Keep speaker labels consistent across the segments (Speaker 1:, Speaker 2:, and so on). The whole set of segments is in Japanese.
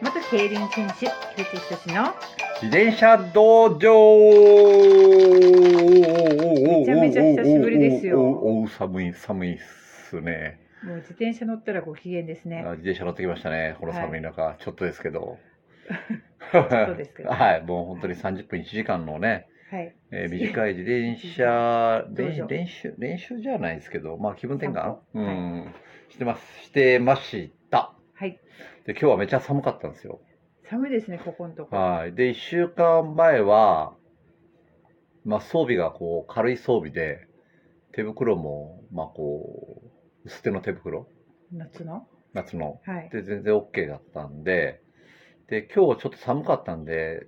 Speaker 1: 元競輪選手、菊池仁の
Speaker 2: 自転車道場め
Speaker 1: ちゃめちゃ久しぶりですよ
Speaker 2: おう寒い、寒いっすね。
Speaker 1: もう自転車乗ったらご機嫌ですね
Speaker 2: あ。自転車乗ってきましたね、この寒い中、ちょっとですけど。
Speaker 1: ちょっとですけど
Speaker 2: はい、もう本当に30分1時間のね、
Speaker 1: はい。
Speaker 2: えー短い自転車
Speaker 1: どう
Speaker 2: 練
Speaker 1: ぞ
Speaker 2: 習練習練習じゃないですけど、まあ気分転換
Speaker 1: 散、歩
Speaker 2: う
Speaker 1: はい
Speaker 2: ん、してますしてました。
Speaker 1: はい。
Speaker 2: で今日はめちゃ寒かったんですよ。
Speaker 1: 寒いですね、ここのとこ。
Speaker 2: はい。で、1週間前は、まあ、装備がこう、軽い装備で、手袋も、まあ、こう、薄手の手袋、
Speaker 1: 夏の
Speaker 2: 夏の。
Speaker 1: はい。
Speaker 2: で、全然 OK だったんで、で、今日ちょっと寒かったんで、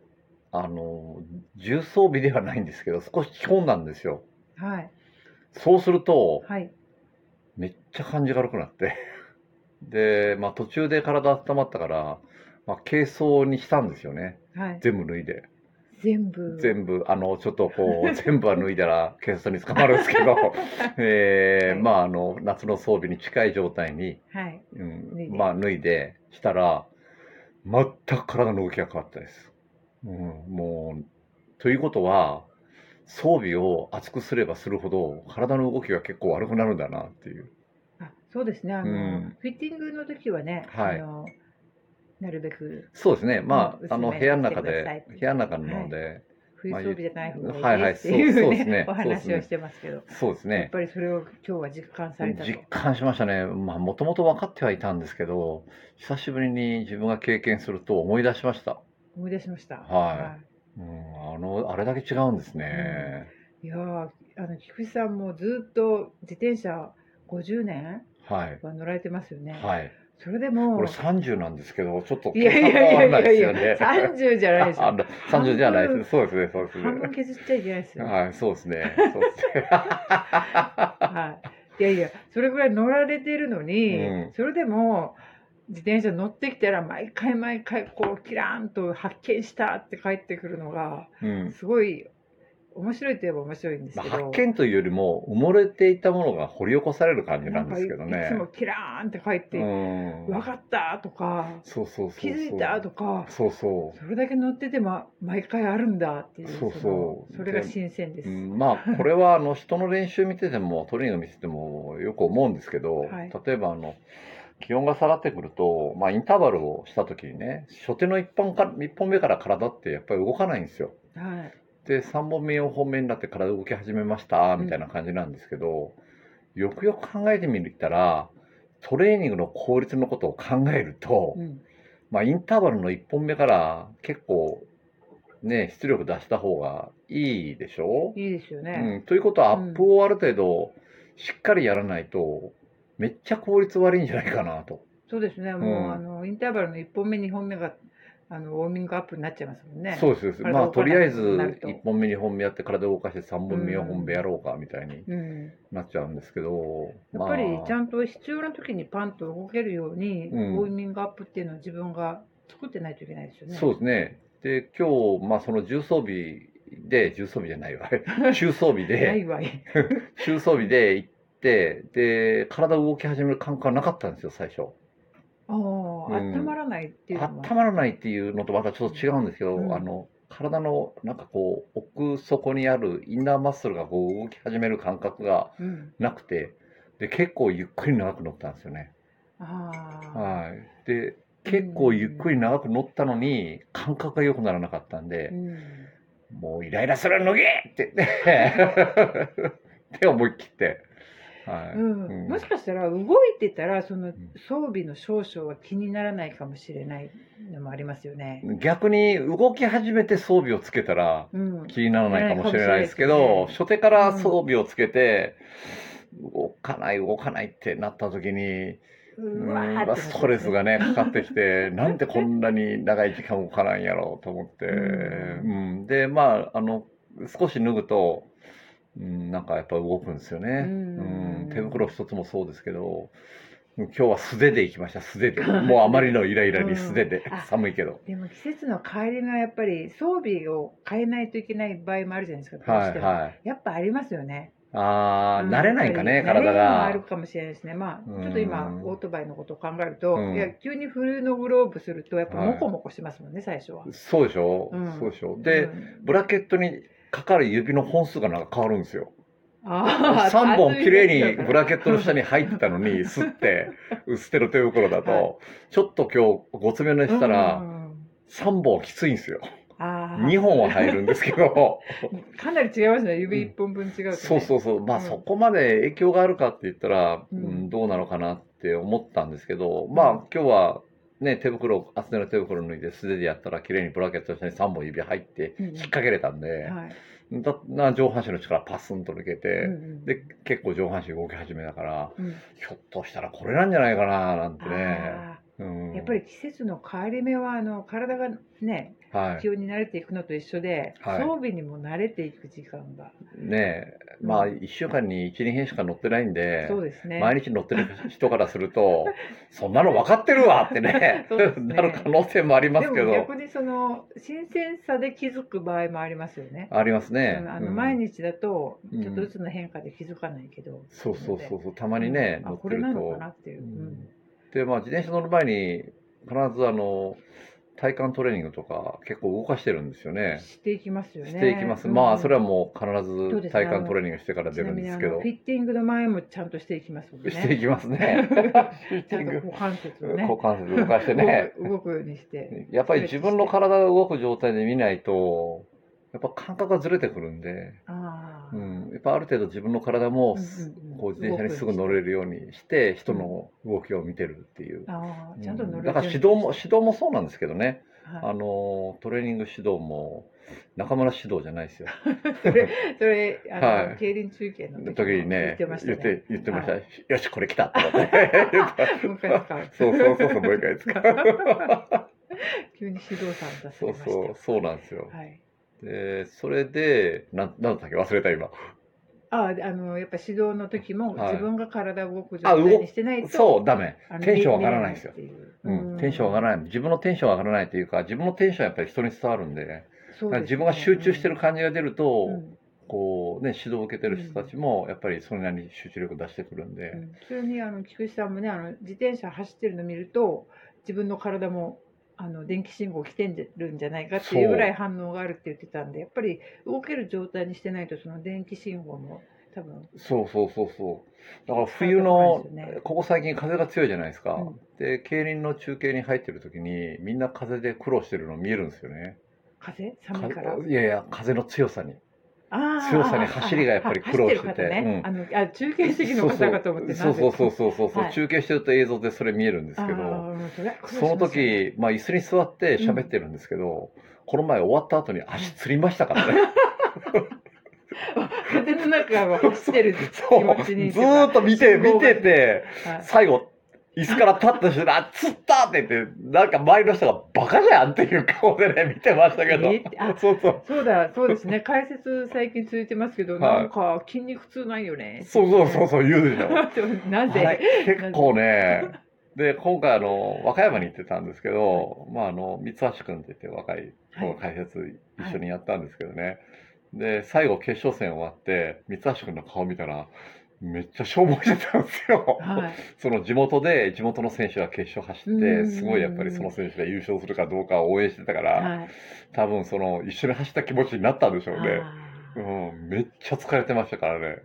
Speaker 2: あの、重装備ではないんですけど、少し着込んだんですよ。
Speaker 1: はい。
Speaker 2: そうすると、
Speaker 1: はい。
Speaker 2: めっちゃ感じ軽くなって。 で、まあ、途中で体温まったから、まあ、軽装にしたんですよね。
Speaker 1: はい。
Speaker 2: 全部脱いで。
Speaker 1: 全部。
Speaker 2: 全部あのちょっとこう 全部は脱いだら警察に捕まるんですけど、 えー
Speaker 1: はい
Speaker 2: まああの夏の装備に近い状態に、
Speaker 1: はい。
Speaker 2: うん
Speaker 1: 脱いで
Speaker 2: まあ脱いでしたら全く体の動きが変わったです。うん、もうということは装備を厚くすればするほど体の動きが結構悪くなるんだなっていう。
Speaker 1: あ、そうですね。あの、
Speaker 2: うん
Speaker 1: フィッティングの時はね、
Speaker 2: はい
Speaker 1: あの、なるべく
Speaker 2: そうですね。ま
Speaker 1: うん
Speaker 2: あ、あの
Speaker 1: 薄めに
Speaker 2: 部屋の中
Speaker 1: してくださいっ
Speaker 2: で
Speaker 1: ていう
Speaker 2: 部屋の中なので、
Speaker 1: 冬装備じゃない方
Speaker 2: ま
Speaker 1: が
Speaker 2: あ
Speaker 1: いい
Speaker 2: はいは
Speaker 1: で
Speaker 2: い
Speaker 1: すっていう
Speaker 2: そ
Speaker 1: ね、
Speaker 2: うそうですね
Speaker 1: お
Speaker 2: そう
Speaker 1: 話
Speaker 2: で
Speaker 1: を
Speaker 2: すね
Speaker 1: してますけど、
Speaker 2: そうです
Speaker 1: やっ
Speaker 2: ね。
Speaker 1: ぱりそれを今日は実感されたと
Speaker 2: 実。感しましたね、まあもともと分かってはいたんですけど、久しぶりに自分が経験すると思い出しました。
Speaker 1: 思い出しました。
Speaker 2: はいうん、あのあれだけ違うんですね。
Speaker 1: い。いやーあの菊池さんもずっと自転車50年
Speaker 2: はい、
Speaker 1: は乗られてますよね。
Speaker 2: はい、
Speaker 1: それでも
Speaker 2: 俺三十なんですけど、ちょっと
Speaker 1: いやいやいやいやいや、
Speaker 2: 三
Speaker 1: 三十じゃないですよ。
Speaker 2: 三十じゃないです。そうですね、そうです
Speaker 1: 半分
Speaker 2: ね。
Speaker 1: 削っちゃいけないですよ。は
Speaker 2: はい、そうですね。そうです
Speaker 1: い。いやいや、それぐらい乗られてるのに、
Speaker 2: うん
Speaker 1: それでも。自転車乗ってきたら毎回毎回こうキラーンと発見したって帰ってくるのが
Speaker 2: ね。 うん。
Speaker 1: すごい面白いといえば面白いんです
Speaker 2: まあ
Speaker 1: けど、
Speaker 2: 発見というよりも埋もれていたものが掘り起こされる感じなんですけど
Speaker 1: なんかい
Speaker 2: ね
Speaker 1: いつ。もキラーンって帰って、
Speaker 2: うん。
Speaker 1: 分かったとか
Speaker 2: そうそうそうそう。
Speaker 1: 気づいたとか
Speaker 2: そうそう。
Speaker 1: それだけ乗ってても毎回あるんだっていう
Speaker 2: そうそう
Speaker 1: そのそれが
Speaker 2: で
Speaker 1: 新鮮です、
Speaker 2: うん、ま あこれはあの人の練習見ててもトレーニング見ててもよく思うんですけど、
Speaker 1: はい
Speaker 2: 例えばあの気温が下がってくると、まあ、インターバルをした時にね初手の1本か一本目から体ってやっぱり動かないんですよ。
Speaker 1: はい
Speaker 2: で3本目4本目になって体動き始めましたみたいな感じなんですけど、よくよく考えてみたらトレーニングの効率のことを考えると、
Speaker 1: うん
Speaker 2: まあ、インターバルの1本目から結構ね出力出した方がいいでしょ
Speaker 1: いいですよね、
Speaker 2: うん、ということはア
Speaker 1: うん
Speaker 2: ップをある程度しっかりやらないと、めっちゃ効率悪いんじゃないかなと。
Speaker 1: そうですねもう、
Speaker 2: うん
Speaker 1: あのインターバルの1本目2本目があのウォーミングアップになっちゃいますもんね
Speaker 2: そうですそうです
Speaker 1: 体
Speaker 2: まあ
Speaker 1: 動か
Speaker 2: と
Speaker 1: なく
Speaker 2: りあえず
Speaker 1: なると
Speaker 2: 1本目2本目やって体を動かして3本目
Speaker 1: うん
Speaker 2: 4本目やろうかみたいに
Speaker 1: うん、
Speaker 2: なっちゃうんですけど、
Speaker 1: やっぱりちゃ
Speaker 2: ん
Speaker 1: んと必要な時にパンと動けるように、
Speaker 2: うん
Speaker 1: ウォーミングアップっていうのを自分が作ってないといけないですよね
Speaker 2: そうですね。で今日、まあ、その重装備で重装備じゃな いわ中装備
Speaker 1: な
Speaker 2: で
Speaker 1: いわい
Speaker 2: 中装備で行ってで体を動き始める感覚がなかったんですよ最初。
Speaker 1: ああ、
Speaker 2: ん
Speaker 1: 温まらないっていうのも
Speaker 2: 温まらないっていうのとまたちょっと違うんですけど、
Speaker 1: うん
Speaker 2: あの体のなんかこう奥底にあるインナーマッスルがこう動き始める感覚が
Speaker 1: うん、
Speaker 2: なくてで結構ゆっくり長く乗ったんですよね。
Speaker 1: ああ、
Speaker 2: はい、で結構ゆっくり長く乗ったのに感覚が良くならなかったんで
Speaker 1: う、ん、
Speaker 2: もうイライラする脱げって 言ってで思い切って、はい
Speaker 1: うん
Speaker 2: うん
Speaker 1: もしかしたら動いてたらその装備の少々は気にならないかもしれないのもありますよね。
Speaker 2: 逆に動き始めて装備をつけたら
Speaker 1: うん、
Speaker 2: 気にならないかもしれないですけ
Speaker 1: な
Speaker 2: ど、
Speaker 1: いかもしれないですね
Speaker 2: 初手から装備をつけて、動かない動かないってなった時に、
Speaker 1: うわーってなっ
Speaker 2: うん、
Speaker 1: ちゃう
Speaker 2: ストレスがねかかってきて なんでこんなに長い時間動かないんやろうと思って、
Speaker 1: う
Speaker 2: うん、でまああの少し脱ぐと、うん、なんかやっぱ動くんですよね、
Speaker 1: うん
Speaker 2: うん手袋一つもそうですけど今日は素手で行きました素手でもうあまりのイライラに素手で、
Speaker 1: うんあ
Speaker 2: 寒いけど。
Speaker 1: でも季節の変わりがやっぱり装備を変えないといけない場合もあるじゃないですか。どう
Speaker 2: は
Speaker 1: し
Speaker 2: い
Speaker 1: ても
Speaker 2: はい
Speaker 1: やっぱありますよね。
Speaker 2: ああ、慣れないかね、
Speaker 1: うん
Speaker 2: 体
Speaker 1: 慣れも
Speaker 2: が
Speaker 1: あ。るかもしれないですね。ま
Speaker 2: う
Speaker 1: あ、
Speaker 2: ん
Speaker 1: ちょっと今、オートバイのことを考えると、
Speaker 2: うん
Speaker 1: いや、急に冬のグローブすると、やっぱ
Speaker 2: はい
Speaker 1: モコモコしますもんね、最初は。
Speaker 2: そうでしょ、
Speaker 1: うん
Speaker 2: そうでしょで、
Speaker 1: うん
Speaker 2: ブラケットにかかる指の本数がなんか変わるんですよ。
Speaker 1: あ
Speaker 2: 3本綺麗にブラ
Speaker 1: ッ
Speaker 2: ケットの下に入ってた のに、吸って、捨てる手袋だ
Speaker 1: はい
Speaker 2: と、ちょっと今日ごつめのしたら、3本きついんですよ。
Speaker 1: あー
Speaker 2: 2本は入るんです けど、
Speaker 1: かなり違いますね、指1本分違うと、ね
Speaker 2: そうそうそう、まあ
Speaker 1: うん
Speaker 2: そこまで影響があるかって言ったら、
Speaker 1: う
Speaker 2: うんん、どうなのかなって思ったんですけど、
Speaker 1: ん
Speaker 2: まあ今日はね、手袋、厚手の手袋脱いで素手でやったら綺麗にブラケットの下に3本指入って
Speaker 1: うん
Speaker 2: 引っ掛けれたんで、
Speaker 1: はい
Speaker 2: だな上半身の力パスンと抜け
Speaker 1: うん
Speaker 2: て、
Speaker 1: うん
Speaker 2: で、結構上半身動き始めだから、
Speaker 1: うん
Speaker 2: ひょっとしたらこれなんじゃないかななんてね。
Speaker 1: あ
Speaker 2: うん
Speaker 1: ーやっぱり、季節の変わり目はあの体がね
Speaker 2: はい
Speaker 1: 気、温に慣れていくのと一緒で、
Speaker 2: はい
Speaker 1: 装備にも慣れていく時間が、
Speaker 2: ねえ、まあ1週間に1、2編しか乗ってないんで、
Speaker 1: そうですね
Speaker 2: 毎日乗ってる人からする と、そんなの分かってるわってね
Speaker 1: そうですね
Speaker 2: なる可能性もありますけ
Speaker 1: でも
Speaker 2: ど、
Speaker 1: 逆にその新鮮さで気づく場合もありますよね。
Speaker 2: ありますね
Speaker 1: うん。あの
Speaker 2: うん
Speaker 1: 毎日だと
Speaker 2: うん
Speaker 1: ちょっとずつの変化で気づかないけど、
Speaker 2: そうそうそうそう、た
Speaker 1: た
Speaker 2: まにね、
Speaker 1: あ
Speaker 2: 乗って
Speaker 1: これ
Speaker 2: る
Speaker 1: なの
Speaker 2: と
Speaker 1: かな。っていうう、うん
Speaker 2: んで、まあ、自転車乗る前に、必ずあの体幹トレーニングとか、結構動かしてるんですよね。
Speaker 1: していきますよね。
Speaker 2: していきます。
Speaker 1: うん
Speaker 2: まあ、それはもう必
Speaker 1: そうで
Speaker 2: ず
Speaker 1: すね
Speaker 2: 体幹トレーニングしてから
Speaker 1: ち
Speaker 2: 出
Speaker 1: な
Speaker 2: るん
Speaker 1: みに
Speaker 2: で
Speaker 1: あ
Speaker 2: す
Speaker 1: の
Speaker 2: けど
Speaker 1: フ、ィッティングの前もちゃんとしていきますもんね。
Speaker 2: していきます ね。
Speaker 1: ちゃんと股関節をね
Speaker 2: 股関節動かしてね。
Speaker 1: 動く動くようにして。
Speaker 2: やっぱり自分の体が動く状態で見ないと、やっぱ感覚がずれてくるんで、
Speaker 1: ああ、
Speaker 2: うん、やっぱある程度自分の体
Speaker 1: う
Speaker 2: も、
Speaker 1: んうん
Speaker 2: こう自転車にすぐ乗れるようにして、人の動きを見てるっていう。
Speaker 1: あ
Speaker 2: う
Speaker 1: あ、
Speaker 2: ん
Speaker 1: ちゃんと乗れる
Speaker 2: だから
Speaker 1: ように
Speaker 2: 指導も、指導もそうなんですけどね、
Speaker 1: はい
Speaker 2: あの、トレーニング指導も、中村指導じゃないですよ。
Speaker 1: それ、それ、あの、
Speaker 2: はい
Speaker 1: 競輪中継の時も
Speaker 2: 時に
Speaker 1: 言
Speaker 2: ね
Speaker 1: っ、てました
Speaker 2: 言って
Speaker 1: ね。
Speaker 2: 言ってました
Speaker 1: は
Speaker 2: よし、これ来たって思って。言った
Speaker 1: もう一回使う。
Speaker 2: そうそうそうそう、もう一回ですか。
Speaker 1: 急に指導さん出さ
Speaker 2: そ
Speaker 1: れ
Speaker 2: う
Speaker 1: ました。
Speaker 2: そう、そうなんですよ。
Speaker 1: はい。
Speaker 2: で、それで、なん、なんだったっけ忘れた今。
Speaker 1: ああ、あの、やっぱ指導の時も、
Speaker 2: はい
Speaker 1: 自分が体を動く状
Speaker 2: あ動
Speaker 1: 態にしてないと。
Speaker 2: そう、ダメ。
Speaker 1: あの
Speaker 2: テンション上がらないんですよ
Speaker 1: 見えっていう
Speaker 2: うん、テンション上が
Speaker 1: ない。
Speaker 2: らない。自分のテンション上がらないというか、自分のテンションはやっぱり人に伝わるん
Speaker 1: そ
Speaker 2: で、
Speaker 1: う
Speaker 2: だ
Speaker 1: で
Speaker 2: か
Speaker 1: す
Speaker 2: ら
Speaker 1: ね
Speaker 2: 自分が集中してる感じが出ると、
Speaker 1: うん
Speaker 2: こうね、指導を受けてる人たちも、やっぱりそれなりに集中力出してくるんで、
Speaker 1: うんそれにあの菊池さんもねあの自転車走ってるの見ると自分の体もあの電気信号来てるんじゃないかっていうぐらい反応があるって言ってたんでやっぱり動ける状態にしてないとその電気信号も多分
Speaker 2: そうそうそうそう。だから冬
Speaker 1: そう
Speaker 2: の
Speaker 1: です、よね
Speaker 2: ここ最近風が強いじゃないですか。
Speaker 1: うん
Speaker 2: で、競輪の中継に入ってる時に、みんな風で苦労してるの見えるんですよね。
Speaker 1: 風寒いから
Speaker 2: かいやいや、風の強さに。
Speaker 1: あー
Speaker 2: 強さに走りがやっぱり苦労してて
Speaker 1: あ走る方ね
Speaker 2: うん
Speaker 1: あのあ中継席の方かと思って
Speaker 2: そうそうそう
Speaker 1: う
Speaker 2: そうそうそう、
Speaker 1: はい
Speaker 2: 中継してると映像でそれ見えるんですけど。その時、まあ、椅子に座って喋ってるんですけど、この前終わった後に足つりましたからね。
Speaker 1: 風の中を走ってる
Speaker 2: そう。
Speaker 1: 気持
Speaker 2: ず
Speaker 1: ちに
Speaker 2: ーっと見て、
Speaker 1: 信号
Speaker 2: 見
Speaker 1: が
Speaker 2: てて、
Speaker 1: はい
Speaker 2: 最後、椅子から立った瞬間、あ、つったって言って、なんか周りの人がバカじゃんっていう顔でね、見てましたけど
Speaker 1: えーってあ。
Speaker 2: そうそう。
Speaker 1: そうだそうです ね解説最近続いてますけど、
Speaker 2: はい
Speaker 1: なんか筋肉痛ないよ ね
Speaker 2: そうそうそうそう、言うでしょ。
Speaker 1: な
Speaker 2: あ
Speaker 1: ぜ
Speaker 2: れ結構ね、で、今回あの、和歌山に行ってたんですけど、まああの、三橋君って言って若い
Speaker 1: はい
Speaker 2: こう解説一緒にやったんですけどね、で、最後決勝戦終わって、三橋君の顔見たら、めっちゃ消耗してたんですよ。
Speaker 1: はい、
Speaker 2: その地元で、地元の選手が決勝走
Speaker 1: う
Speaker 2: っ
Speaker 1: んうんう
Speaker 2: て、
Speaker 1: ん
Speaker 2: すごいやっぱりその選手が優勝するかどうかを応援してたから、
Speaker 1: はい
Speaker 2: 多分その一緒に走った気持ちになったんでしょうね。うん、めっちゃ疲れてましたか らね。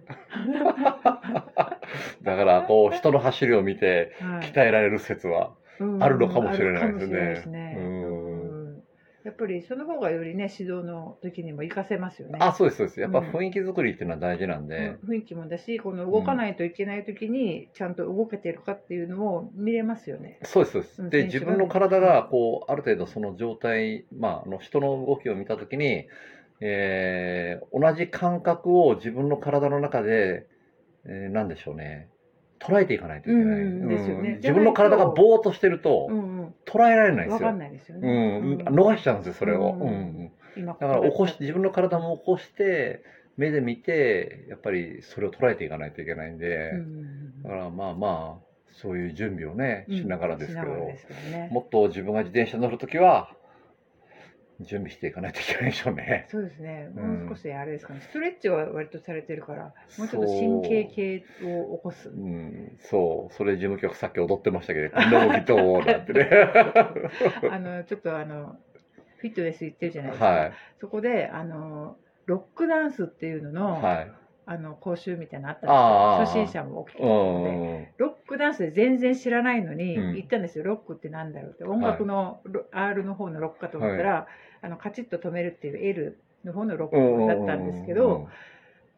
Speaker 2: だから、こう、人の走りを見て、
Speaker 1: あーはい
Speaker 2: 鍛えられる説は。
Speaker 1: うん
Speaker 2: あるのかもしれないで
Speaker 1: あるかも
Speaker 2: すね
Speaker 1: しれないですね
Speaker 2: うん
Speaker 1: うんやっぱりその方がよりね指導の時にも活かせますよね
Speaker 2: あ、そうです、そうです。やっぱ
Speaker 1: うん
Speaker 2: 雰囲気作りっていうのは大事なん
Speaker 1: う
Speaker 2: で
Speaker 1: ん。雰囲気もだしこの動かないといけない時にちゃんと動けてるかっていうのを見れますよね、
Speaker 2: そうです、そうで
Speaker 1: うん選
Speaker 2: す。で、
Speaker 1: 手
Speaker 2: 自
Speaker 1: が
Speaker 2: 分の体が、こう、ある程度その状態、まあ、あの人の動きを見たときに、えー同じ感覚を自分の体の中で、えーなんでしょうね。捉えていかないといけない。
Speaker 1: うんですよね
Speaker 2: 自分の体がぼーっとしてると
Speaker 1: う、んうん、
Speaker 2: 捉えられないん
Speaker 1: 分
Speaker 2: です
Speaker 1: か
Speaker 2: よ。
Speaker 1: んないですよ
Speaker 2: う
Speaker 1: ね、
Speaker 2: ん、
Speaker 1: うん
Speaker 2: 逃しちゃうんですよ、それを。
Speaker 1: うん
Speaker 2: うん
Speaker 1: 今こ
Speaker 2: だから起こし自分の体も起こして目で見てやっぱりそれを捉えていかないといけないんで、
Speaker 1: うんうん
Speaker 2: だからまあまあそういう準備をね
Speaker 1: うん
Speaker 2: しながらですけど、
Speaker 1: しながらですけどね
Speaker 2: もっと自分が自転車乗るときは準備していかないといけないでしょうね。
Speaker 1: そうですね、
Speaker 2: うん
Speaker 1: もう少しあれですかね、ストレッチは割とされてるから、もうちょっと神経系を起こす
Speaker 2: う。ん、そう、それ事務局さっき踊ってましたけど、こんな動きどうなん てね。
Speaker 1: あのちょっとあのフィットネス行ってるじゃないですか、
Speaker 2: は
Speaker 1: そこであのロックダンスっていうの
Speaker 2: い。
Speaker 1: の,、
Speaker 2: はい。
Speaker 1: あの講習みたいなのあった
Speaker 2: ああ
Speaker 1: んですよ初心者も OK って
Speaker 2: う
Speaker 1: ことで、
Speaker 2: ん。
Speaker 1: ロックダンスで全然知らないのに
Speaker 2: うん
Speaker 1: 行ったんですよ、ロックってなんだろうって音楽のロ R の方のロックかと思ったら、あのカチッと止めるっていう L の方のロックだったんですけ
Speaker 2: うんうんうん
Speaker 1: ど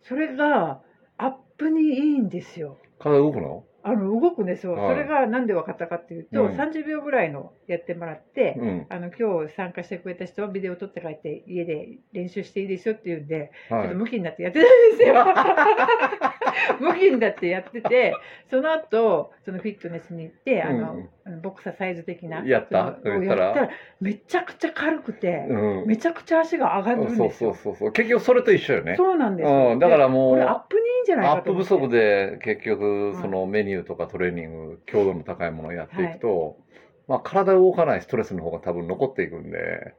Speaker 1: それがアップにいいんですよ。
Speaker 2: 体動くの
Speaker 1: あの動くんですよ、
Speaker 2: はい
Speaker 1: それがなんで分かったかっていうと、
Speaker 2: うん
Speaker 1: 30秒ぐらいのやってもらって、
Speaker 2: うん。
Speaker 1: あの今日参加してくれた人はビデオ撮って帰って家で練習していいですよって言うんで、ちょっ
Speaker 2: はい
Speaker 1: と。ムキになってやってたんですよ。 ムキになってやっててその後そのフィットネスに行ってあの、ボクサーサイズ的な
Speaker 2: やった
Speaker 1: そのをや
Speaker 2: やった
Speaker 1: った
Speaker 2: ら
Speaker 1: らめちゃくちゃ軽くて、
Speaker 2: うん。
Speaker 1: めちゃくちゃ足が上がるん
Speaker 2: そ
Speaker 1: で
Speaker 2: う
Speaker 1: す
Speaker 2: そう
Speaker 1: よ。
Speaker 2: そうそう。結局それと一緒よね。
Speaker 1: そうなんですよ、
Speaker 2: うん。だから
Speaker 1: で
Speaker 2: も
Speaker 1: こ
Speaker 2: う
Speaker 1: れ、アップにいいんじゃない
Speaker 2: ア
Speaker 1: か
Speaker 2: ッ
Speaker 1: と
Speaker 2: プ
Speaker 1: 思っ
Speaker 2: 不
Speaker 1: て
Speaker 2: 足で結局
Speaker 1: はい
Speaker 2: そのメニューとかトレーニング強度の高いものをやっていくと、まあ、体動かないストレスの方が多分残っていくんで、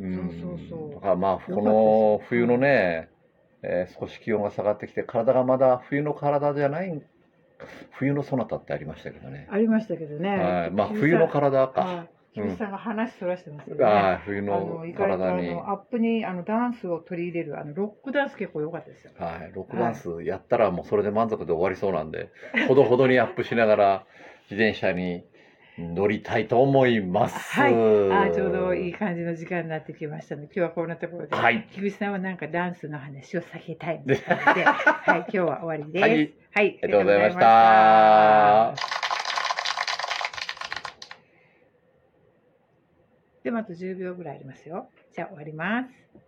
Speaker 2: うん、
Speaker 1: そうそうそう
Speaker 2: だからまあ
Speaker 1: よか
Speaker 2: こ
Speaker 1: ったです
Speaker 2: の冬のね、えー少し気温が下がってきて体がまだ冬の体じゃない冬のそなたってありましたけどね、
Speaker 1: ありましたけどね、
Speaker 2: はいまあ、
Speaker 1: キム
Speaker 2: 冬の
Speaker 1: さん
Speaker 2: 体か、
Speaker 1: あキムさんが話そらしてますよね。
Speaker 2: あー冬
Speaker 1: あ
Speaker 2: の
Speaker 1: の意外とあ
Speaker 2: 体に、
Speaker 1: のアップにあのダンスを取り入れるあのロックダンス結構良かったですよ。
Speaker 2: はい、ロックダンスやったらもうそれで満足で終わりそうなんで、ほどほどにアップしながら自転車に乗りたいと思います。
Speaker 1: はいあーちょうどいい。感じの時間になってきましたので今日はこんなところで、
Speaker 2: はい
Speaker 1: 菊池さんはなんかダンスの話を避けたいみたいなので、 はい、今日は終わりです。
Speaker 2: は
Speaker 1: はいい、
Speaker 2: ありがと
Speaker 1: ありが
Speaker 2: うございまし
Speaker 1: とうございま
Speaker 2: た
Speaker 1: し。たでもあと10秒ぐらいありますよ。じゃあ終わります。